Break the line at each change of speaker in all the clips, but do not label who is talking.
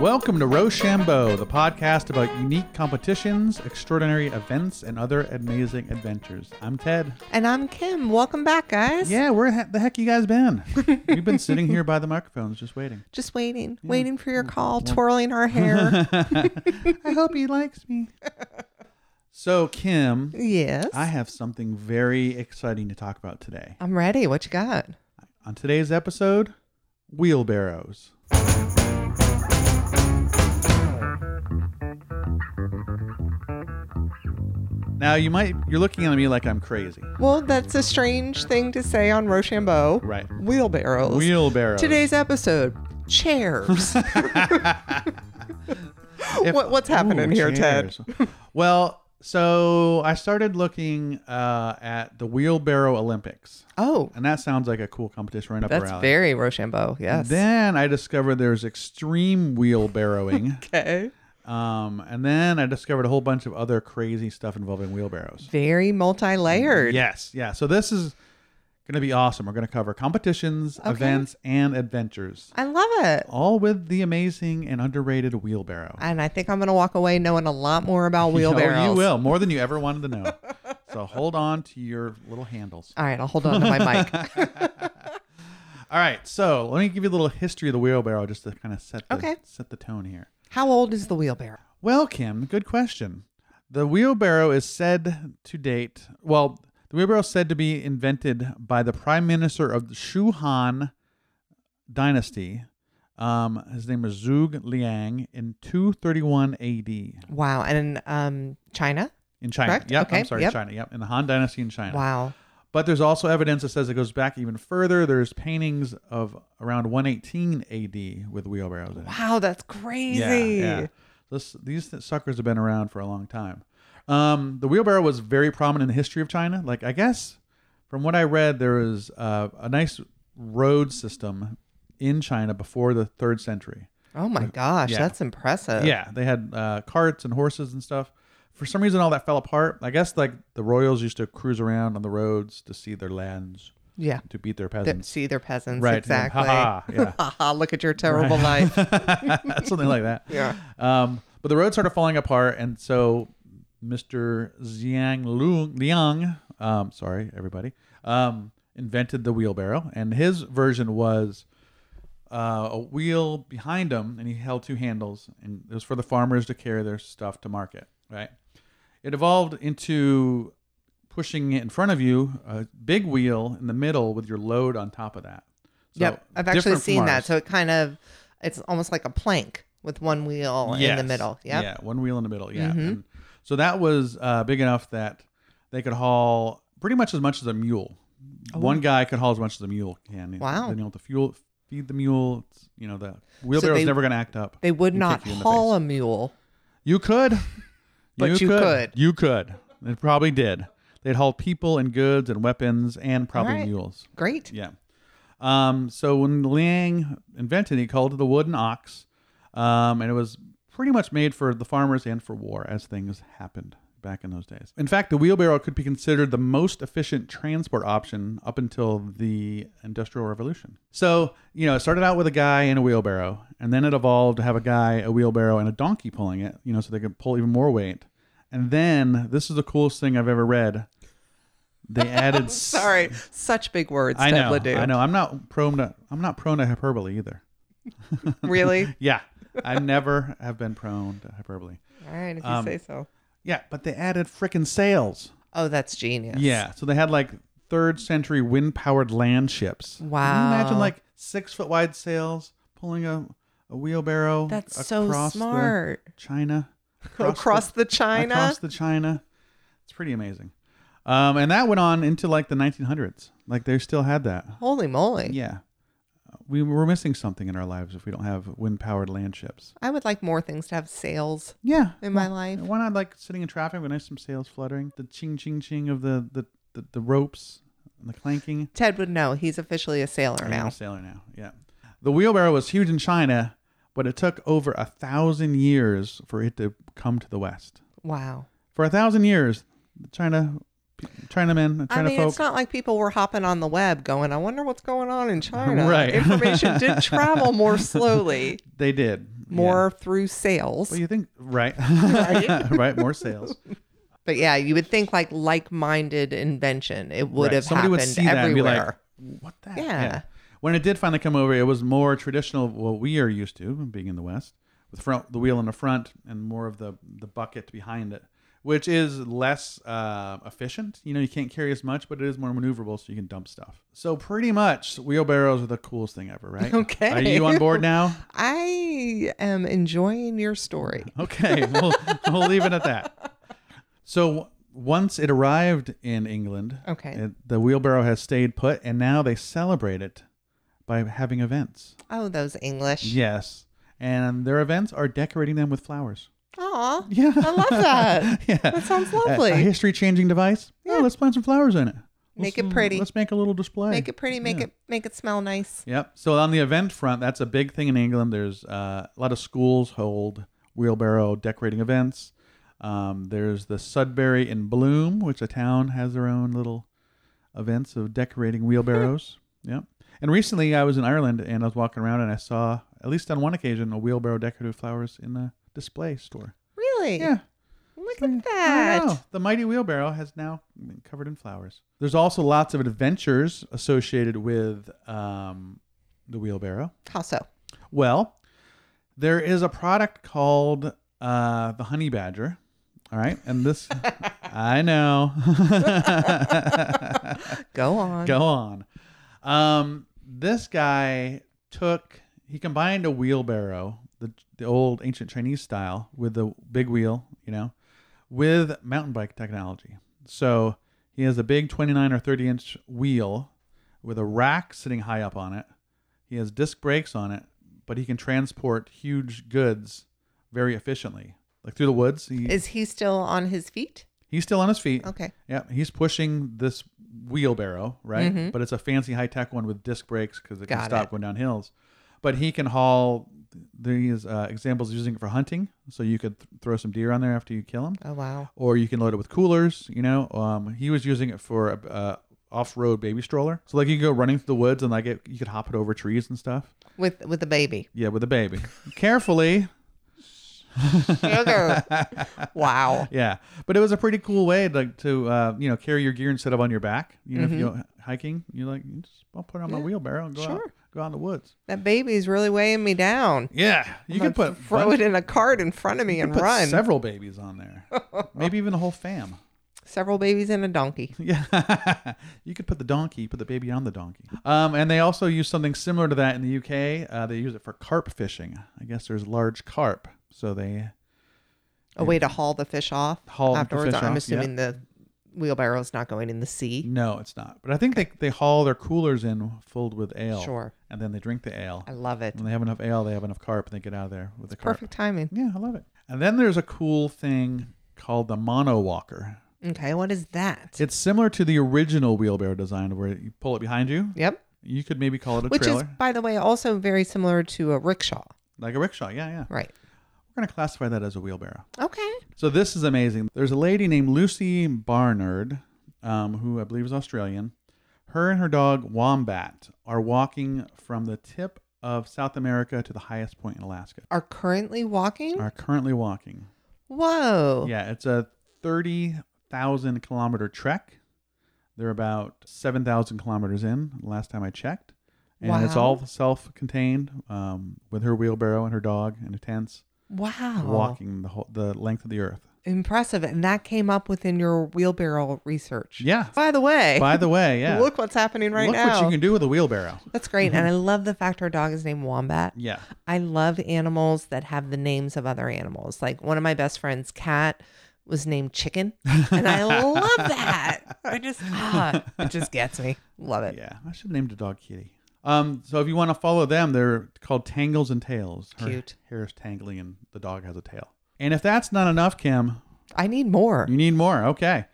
Welcome to Rochambeau, the podcast about unique competitions, extraordinary events, and other amazing adventures. I'm Ted.
And I'm Kim. Welcome back, guys.
Yeah, where he- the heck you guys been? We've been sitting here by the microphones just waiting.
Just waiting, waiting for
Mm.
your call, twirling our hair.
I hope he likes me. So, Kim,
yes.
I have something very exciting to talk about today.
I'm ready. What you got?
On today's episode, wheelbarrows. Now you might you're looking at me like I'm crazy.
Well, that's a strange thing to say on Rochambeau.
Right.
Wheelbarrows.
Wheelbarrows.
Today's episode chairs.
If-
What- what's happening here, Ted?
chairs. well, so I started looking uh, at the wheelbarrow Olympics,
oh,
and that sounds like a cool competition right up
that's
our alley.
very Rochambeau. Yes.
Then I discovered there's extreme wheelbarrowing.
okay.
Um, and then I discovered a whole bunch of other crazy stuff involving wheelbarrows.
Very multi layered.
Yes, yeah. So this is going to be awesome. We're going to cover competitions, events, and adventures,
I love it.
all with the amazing and underrated wheelbarrow.
And I think I'm going to walk away knowing a lot more about
Oh, You know,
wheelbarrows.
You will more than you ever wanted to know. so hold on to your little handles.
All right, I'll hold on to my mic.
All right. So let me give you a little history of the wheelbarrow just to kind of set the,
Okay.
set the tone here.
How old is the wheelbarrow?
Well, Kim, good question. The wheelbarrow is said to date, well, the wheelbarrow is said to be invented by the prime minister of the Shu Han dynasty. Um, his name was Zhuge Liang in 231 AD in
Wow. And um, China?
China.
Correct?
Yep,
Okay,
I'm sorry,
yep.
China. Yep, in the Han dynasty in China.
Wow.
But there's also evidence that says it goes back even further. There's paintings of around 118 AD with wheelbarrows in it.
Wow, that's crazy.
Yeah, yeah. This, these suckers have been around for a long time. Um, the wheelbarrow was very prominent in the history of China. Like, I guess from what I read, there was uh, a nice road system in China before the third century.
Oh my gosh,
Yeah.
that's impressive.
Yeah, they had uh, carts and horses and stuff. For some reason, all that fell apart. I guess like the royals used to cruise around on the roads to see their lands,
Yeah.
to beat their
Th-
peasants.
see their peasants.
Right, yeah.
Exactly.
Ha-ha, yeah.
Haha, Look at your terrible life.
Something like that.
Yeah.
Um, but the road started falling apart, and so Mr. Zhang Lu- Liang, um, sorry everybody, um, invented the wheelbarrow, and his version was uh, a wheel behind him, and he held two handles, and it was for the farmers to carry their stuff to market. Right. It evolved into pushing it in front of you, a big wheel in the middle with your load on top of that. So,
yep. I've
different
actually
from
seen that.
ours.
So it kind of, it's almost like a plank with one wheel in the
Yes.
middle. Yep. Mm-hmm.
Yeah, one wheel in the middle. Yeah. And so that was uh, big enough that they could haul pretty much as much as a mule. One guy could haul as much as a mule can.
Oh, Wow.
Then you have to fuel, feed the mule. It's, you know, the wheelbarrow's
they-
never going to act up.
They would
and
not
kick you in the
haul
face.
a mule.
You could.
But you could.
You could. It probably did. They'd haul people and goods and weapons and probably
right.
mules.
Great.
Yeah. Um, so when Liang invented it, he called it the wooden ox. Um, and it was pretty much made for the farmers and for war as things happened back in those days. In fact, the wheelbarrow could be considered the most efficient transport option up until the Industrial Revolution. So, you know, it started out with a guy and a wheelbarrow, and then it evolved to have a guy, a wheelbarrow, and a donkey pulling it, you know, so they could pull even more weight. And then this is the coolest thing I've ever read. They added s-
Sorry. Such big words.
I
Ted
know.
would do.
I know. I'm not prone to. I'm not prone to hyperbole either.
Really?
Yeah, I never have been prone to hyperbole.
All right. If you
Um,
say so.
Yeah, but they added frickin' sails.
Oh, that's genius.
Yeah, so they had like third century wind powered land ships. Can you imagine
Wow.
like six foot wide sails pulling a, a wheelbarrow.
That's so
across the
smart.
China.
Across, the, China.
Across the China. It's pretty amazing. Um, and that went on into like the 1900s. Like they still had that.
Holy moly.
Yeah. We we're missing something in our lives if we don't have wind powered land ships.
I would like more things to have sails
Yeah.
in my life.
Why not like sitting in traffic with nice some sails fluttering? The ching ching ching of the the, the, the ropes and the clanking.
Ted would know. He's officially a sailor
I'm
now.
a sailor now. Yeah. The wheelbarrow was huge in China, but it took over a thousand years for it to come to the West.
Wow.
For a thousand years, China Chinamen, China
I mean,
folk.
it's not like people were hopping on the web going, I wonder what's going on in China.
Right.
Information did travel more slowly.
They did.
more through sales.
Well, you think right,
Right.
right? More sales.
But yeah, you would think like like-minded invention. It would
Right.
have
Somebody
happened
would see that and be like,
everywhere.
"What the? heck?"
Yeah.
When it did finally come over, it was more traditional what we are used to, being in the West, with front the wheel in the front and more of the the bucket behind it, which is less uh, efficient. You know, you can't carry as much, but it is more maneuverable, so you can dump stuff. So pretty much, wheelbarrows are the coolest thing ever, right?
Okay.
Are you on board now?
I am enjoying your story.
Okay, we'll, we'll leave it at that. So once it arrived in England,
Okay.
it- the wheelbarrow has stayed put, and now they celebrate it by having events.
Oh, those English.
Yes, and their events are decorating them with flowers.
Aw.
Yeah,
I love that.
yeah,
That sounds
A-
lovely.
A, history-changing device. Yeah, let's plant some flowers in it.
Make
Let's-
it pretty.
Let's make a little display.
Make it pretty, make
Yeah.
it make it smell nice.
Yep. So on the event front, that's a big thing in England. There's uh, a lot of schools hold wheelbarrow decorating events. Um, there's the Sudbury in Bloom, which a town has their own little events of decorating wheelbarrows. yep. And recently, I was in Ireland and I was walking around and I saw, at least on one occasion, a wheelbarrow decorated with flowers in the display store.
Really?
Yeah.
Look at
I don't
that.
know. The mighty wheelbarrow has now been covered in flowers. There's also lots of adventures associated with um, the wheelbarrow.
How so?
Well, there is a product called uh, the Honey Badger. All right. And this, I know.
Go on.
Go on. Um, this guy took, he combined a wheelbarrow, the, the old ancient Chinese style, with the big wheel, you know, with mountain bike technology. So he has a big 29 or 30 inch wheel with a rack sitting high up on it. He has disc brakes on it, but he can transport huge goods very efficiently, like through the woods. He,
Is he still on his feet?
he's still on his feet.
Okay.
Yeah, he's pushing this wheelbarrow, right? But it's a fancy high tech one with disc brakes because it can
Mm-hmm. Got
stop
it.
going down hills. But he can haul these uh, examples using it for hunting. So you could th- throw some deer on there after you kill them,
Oh wow.
or you can load it with coolers. You know, um, he was using it for a, a off road baby stroller. So like you could go running through the woods and like it, you could hop it over trees and stuff.
With with the baby.
Yeah, with a baby, carefully.
Sugar. wow.
Yeah, but it was a pretty cool way like to uh, you know carry your gear instead of on your back. You know,
Mm-hmm.
if you're hiking, you're like, just, I'll put it on my wheelbarrow and go out,
sure.
go out in the woods.
That baby's really weighing me down.
Yeah, you
I'm
could
gonna
put
throw
bunch-
it in a cart in front of me
you could
and
put
run.
several babies on there, maybe even a whole fam.
Several babies and a donkey.
Yeah, you could put the donkey, put the baby on the donkey. Um, and they also use something similar to that in the UK. Uh, they use it for carp fishing. I guess there's large carp, so they
A way to haul the fish off
Haul the
afterwards.
fish
I'm
off,
assuming the wheelbarrow's not going in the sea.
no, it's not. But I think they they haul their coolers in filled with ale.
Sure.
And then they drink the ale.
I love it.
When they have enough ale, they have enough carp, and they get out of there with the carp.
Perfect timing.
Yeah, I love it. And then there's a cool thing called the mono walker.
Okay, what is that?
It's similar to the original wheelbarrow design, where you pull it behind you.
Yep.
You could maybe call it a
Which
trailer,
is, by the way, also very similar to a rickshaw.
like a rickshaw. Yeah, yeah.
Right.
We're gonna classify that as a wheelbarrow.
Okay.
So this is amazing. There's a lady named Lucy Barnard, um, who I believe is Australian. Her and her dog Wombat are walking from the tip of South America to the highest point in Alaska.
Are currently walking?
Are currently walking.
Whoa.
Yeah, it's a 30,000 kilometer trek. They're about 7,000 kilometers in, last time I checked. And it's
Wow.
all self contained um, with her wheelbarrow and her dog and her tents
Wow.
walking the, whole, the length of the earth.
Impressive. And that came up within your wheelbarrow research.
Yeah.
By the way,
By the way, yeah.
eh, look what's happening right
Look
now.
what you can Mm-hmm. do with a wheelbarrow.
That's great. and I love the fact our dog is named Wombat.
Yeah.
I love animals that have the names of other animals. Like one of my best friends, Cat, was named Chicken. And I love that. I just, ah, it just gets me. Love it.
Yeah. I should have named a dog Kitty. Um, so if you want to follow them, they're called Tangles and Tails. Her
Cute.
Hair is tangling and the dog has a tail. And if that's not enough, Kim,
I need more.
You need more. Okay.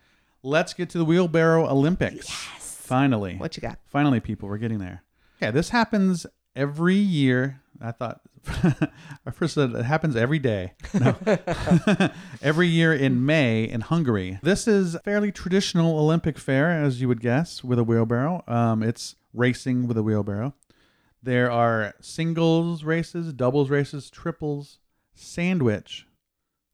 Let's get to the wheelbarrow Olympics. Yes. Finally.
What you got?
Finally, people, we're getting there. Okay, this happens every year. I thought I first said it happens every day. No. every year in May in Hungary. This is fairly traditional Olympic fair, as you would guess, with a wheelbarrow. Um, it's racing with a wheelbarrow. There are singles races, doubles races, triples, sandwich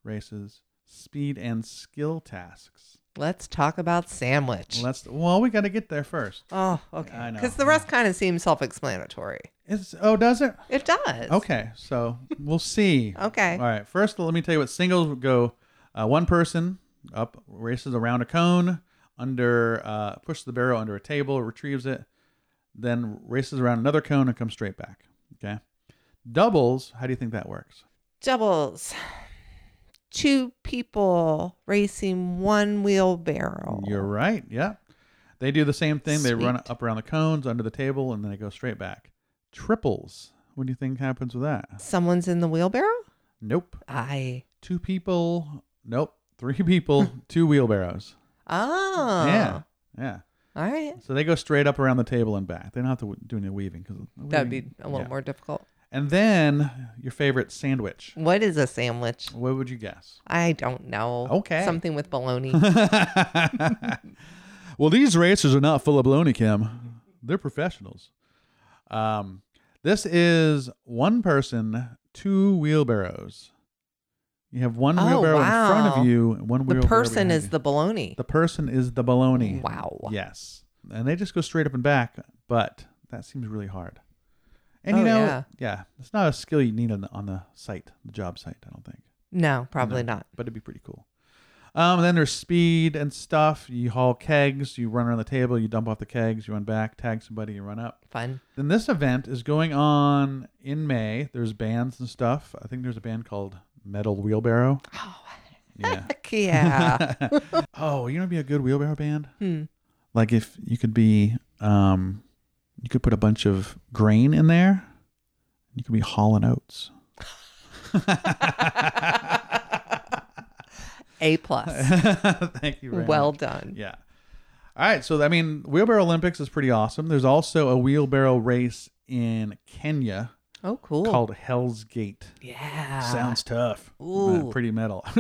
races, speed and skill tasks.
Let's talk about sandwich.
Let's well, we got to get there first.
oh, okay.
I know.
Because the rest kind of seems self-explanatory.
It's oh, does it?
It does.
Okay, so we'll see.
Okay.
All right. First, let me tell you what singles go. Uh, one person up races around a cone, under uh, pushes the barrel under a table, retrieves it, then races around another cone and comes straight back. Okay. Doubles. How do you think that works?
Doubles. Two people racing one wheelbarrow.
You're right. Yeah. They do the same thing. They run
Sweet.
up around the cones, under the table, and then they go straight back. Triples. What do you think happens with that?
Someone's in the wheelbarrow?
Nope.
I.
Two people. Nope. Three people. two wheelbarrows.
Oh.
Yeah. Yeah.
All right.
So they go straight up around the table and back. They don't have to w- do any weaving because
That'd be a little
Mm. yeah.
more difficult.
And then your favorite sandwich.
What is a sandwich?
What would you guess?
I don't know.
Okay.
Something with bologna.
well, these racers are not full of baloney, Kim. They're professionals. Um, this is one person, two wheelbarrows. You have one
Oh,
wheelbarrow in front
wow.
of you, and one
the
wheelbarrow.
person
behind
is
you.
the bologna.
the person is the baloney.
Wow.
Yes. And they just go straight up and back, but that seems really hard. And you
Oh,
know, yeah.
yeah.
it's not a skill you need on the, on the site, the job site, I don't think.
No, probably not.
But it'd be pretty cool. Um, and then there's speed and stuff. You haul kegs, you run around the table, you dump off the kegs, you run back, tag somebody, you run up.
Fun.
Then this event is going on in May. There's bands and stuff. I think there's a band called Metal Wheelbarrow.
Oh,
Yeah.
heck yeah.
oh, you know, what'd be a good wheelbarrow band.
Hmm.
like if you could be um you could put a bunch of grain in there you could be hauling oats
A plus.
thank you very
Well
much.
done.
yeah all right so i mean wheelbarrow olympics is pretty awesome there's also a wheelbarrow race in kenya
Oh, cool.
called hell's gate
yeah.
sounds tough Uh,
Ooh.
pretty metal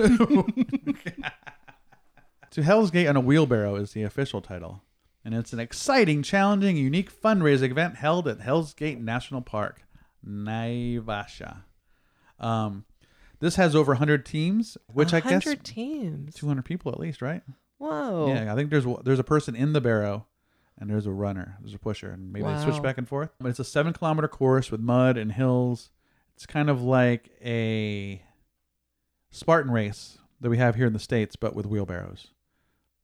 to hell's gate on a wheelbarrow is the official title and it's an exciting challenging unique fundraising event held at hell's gate national park naivasha um, this has over 100 teams which i guess
100 teams.
200 people at least right
Whoa.
yeah i think there's there's a person in the barrow and there's a runner there's a pusher and maybe they switch
Wow.
back and forth but it's a seven kilometer course with mud and hills it's kind of like a spartan race that we have here in the states but with wheelbarrows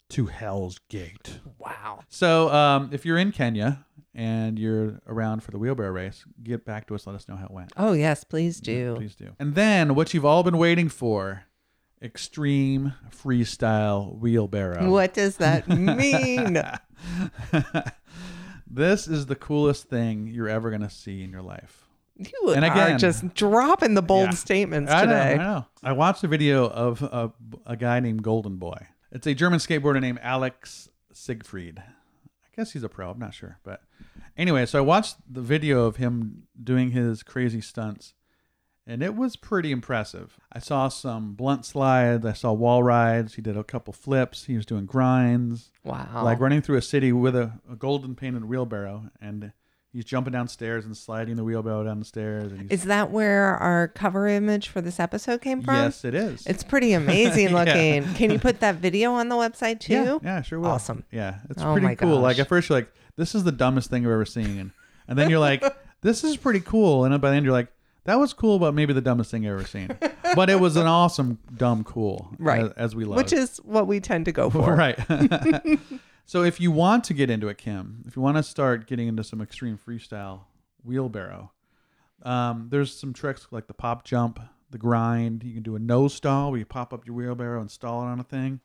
to hell's gate
Wow.
so um, if you're in kenya and you're around for the wheelbarrow race get back to us let us know how it went
Oh, yes, please
yeah,
do.
Please do. And then what you've all been waiting for extreme freestyle wheelbarrow.
What does that mean?
this is the coolest thing you're ever going to see in your life.
you
And
are
again-
just dropping the bold
Yeah.
statements
I know,
today.
I know. I watched a video of a, a guy named Golden Boy. It's a German skateboarder named Alex Siegfried. I guess he's a pro. I'm not sure, but anyway, so I watched the video of him doing his crazy stunts, and it was pretty impressive. I saw some blunt slides. I saw wall rides. He did a couple flips. He was doing grinds,
Wow.
like running through a city with a, a golden painted wheelbarrow, and he's jumping downstairs and sliding the wheelbarrow down the stairs. And he's,
is that where our cover image for this episode came from?
yes, it is.
It's pretty amazing
Yeah.
looking. Can you put that video on the website too?
Yeah, yeah, sure will.
Awesome.
Yeah, it's
Oh
pretty
my
cool. Like
gosh.
at first you're like, this is the dumbest thing I've ever seen, and, and then you're like, this is pretty cool, and then by the end you're like, that was cool, but maybe the dumbest thing I've ever seen. but it was an awesome dumb cool,
Right.
As, as we love,
Which is what we tend to go for.
right. so if you want to get into it, Kim, if you want to start getting into some extreme freestyle wheelbarrow, um, there's some tricks like the pop jump, the grind. You can do a nose stall where you pop up your wheelbarrow and stall it on a thing.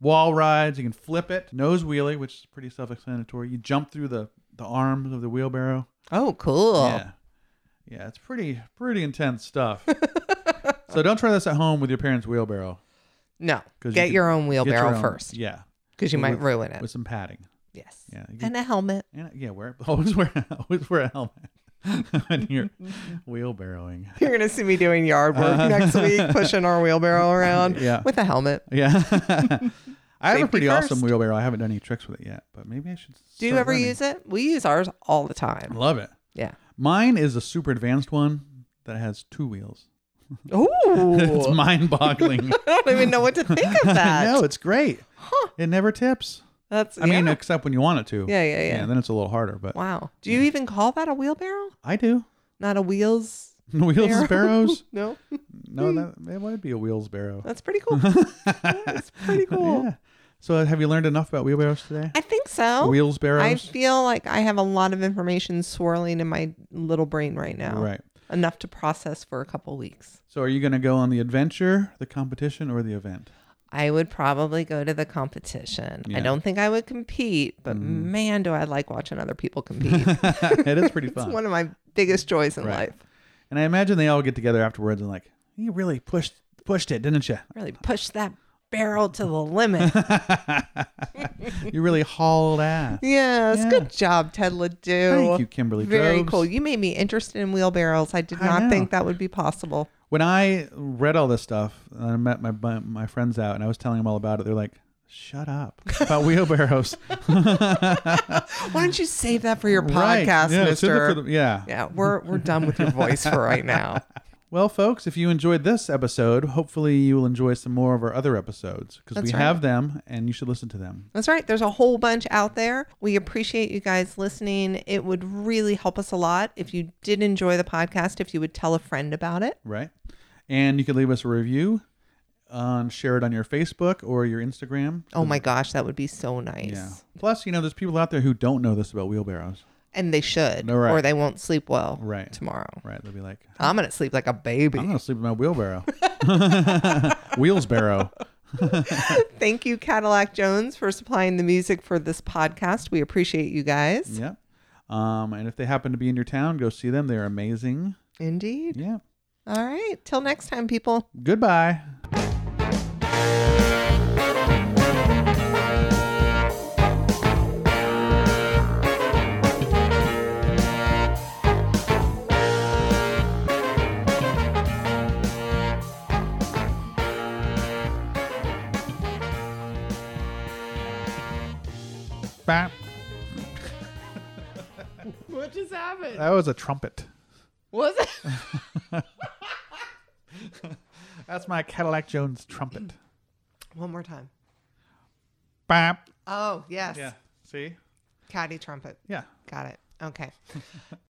Wall rides, you can flip it. Nose wheelie, which is pretty self-explanatory. You jump through the the arms of the wheelbarrow.
Oh, cool.
Yeah. Yeah, it's pretty pretty intense stuff. so don't try this at home with your parents' wheelbarrow.
No,
'Cause you
get
could-
your own
Get your
wheelbarrow
own-
first
Yeah.
because you might
with-
ruin it.
With some padding.
yes.
Yeah. you
And a helmet.
And uh, yeah, wear always wear always wear a helmet when you're wheelbarrowing.
You're going to see me doing yard work next week, pushing our wheelbarrow around
Uh-huh. Yeah.
with a helmet.
Yeah, I have a
Safety
pretty awesome
first.
wheelbarrow. I haven't done any tricks with it yet, but maybe I should.
Do you ever use it? We use ours all the time.
Love it.
Yeah.
Mine is a super advanced one that has two wheels.
Oh,
It's mind boggling.
I don't even know what to think of that.
no, it's great. It never tips.
That's
I mean,
yeah.
except when you want it to.
Yeah, yeah, yeah.
then it's a little harder, but
wow. Do you even call that a wheelbarrow?
I do.
Not a wheels?
Wheels
barrow?
sparrows?
no,
No, that, that would be a wheels barrow.
that's pretty cool. that's pretty cool.
Yeah. So uh, have you learned enough about wheelbarrows today?
I think so.
Wheels
I
barrows?
feel like I have a lot of information swirling in my little brain right now.
Right.
Enough to process for a couple weeks.
So are you going to go on the adventure, the competition, or the event?
I would probably go to the competition.
Yeah. Mm-hmm.
I don't think I would compete, but man, do I like watching other people compete.
it is pretty
it's
fun.
one of my biggest joys in
Right.
life.
And I imagine they all get together afterwards and like, you really pushed pushed it, didn't you?
Really push that barrel to the limit.
you really hauled ass.
yes,
Yeah.
good job, Ted Ledoux.
Thank you, Kimberly.
Very
Groves.
cool. You made me interested in wheelbarrows. I did
I
not
know.
think that would be possible.
When I read all this stuff and I met my bu- my friends out and I was telling them all about it, they're like, "Shut up about wheelbarrows."
Why don't you save that for your podcast,
Right. Yeah, send it
Mister?
for the- yeah.
yeah, we're we're done with your voice for right now.
Well, folks, if you enjoyed this episode, hopefully you will enjoy some more of our other episodes because we
That's right.
have them and you should listen to them.
That's right. There's a whole bunch out there. We appreciate you guys listening. It would really help us a lot if you did enjoy the podcast. If you would tell a friend about it.
right? And you can leave us a review and share it on your Facebook or your Instagram.
Oh my gosh, that would be so nice.
Yeah. Plus, you know, there's people out there who don't know this about wheelbarrows.
And they should,
No, right.
or they won't sleep well
Right.
tomorrow.
Right. They'll be like,
I'm gonna sleep like a baby.
I'm going to sleep in my wheelbarrow. Wheels barrow.
Thank you, Cadillac Jones, for supplying the music for this podcast. We appreciate you guys.
Yep. Um, and if they happen to be in your town, go see them. They're amazing.
Indeed.
Yeah.
All right. Till next time, people.
Goodbye. Bap.
What just happened?
That was a trumpet.
Was it?
That's my Cadillac Jones trumpet.
One more time.
Bap.
Oh, yes.
See?
Caddy trumpet.
Yeah.
Got it. Okay.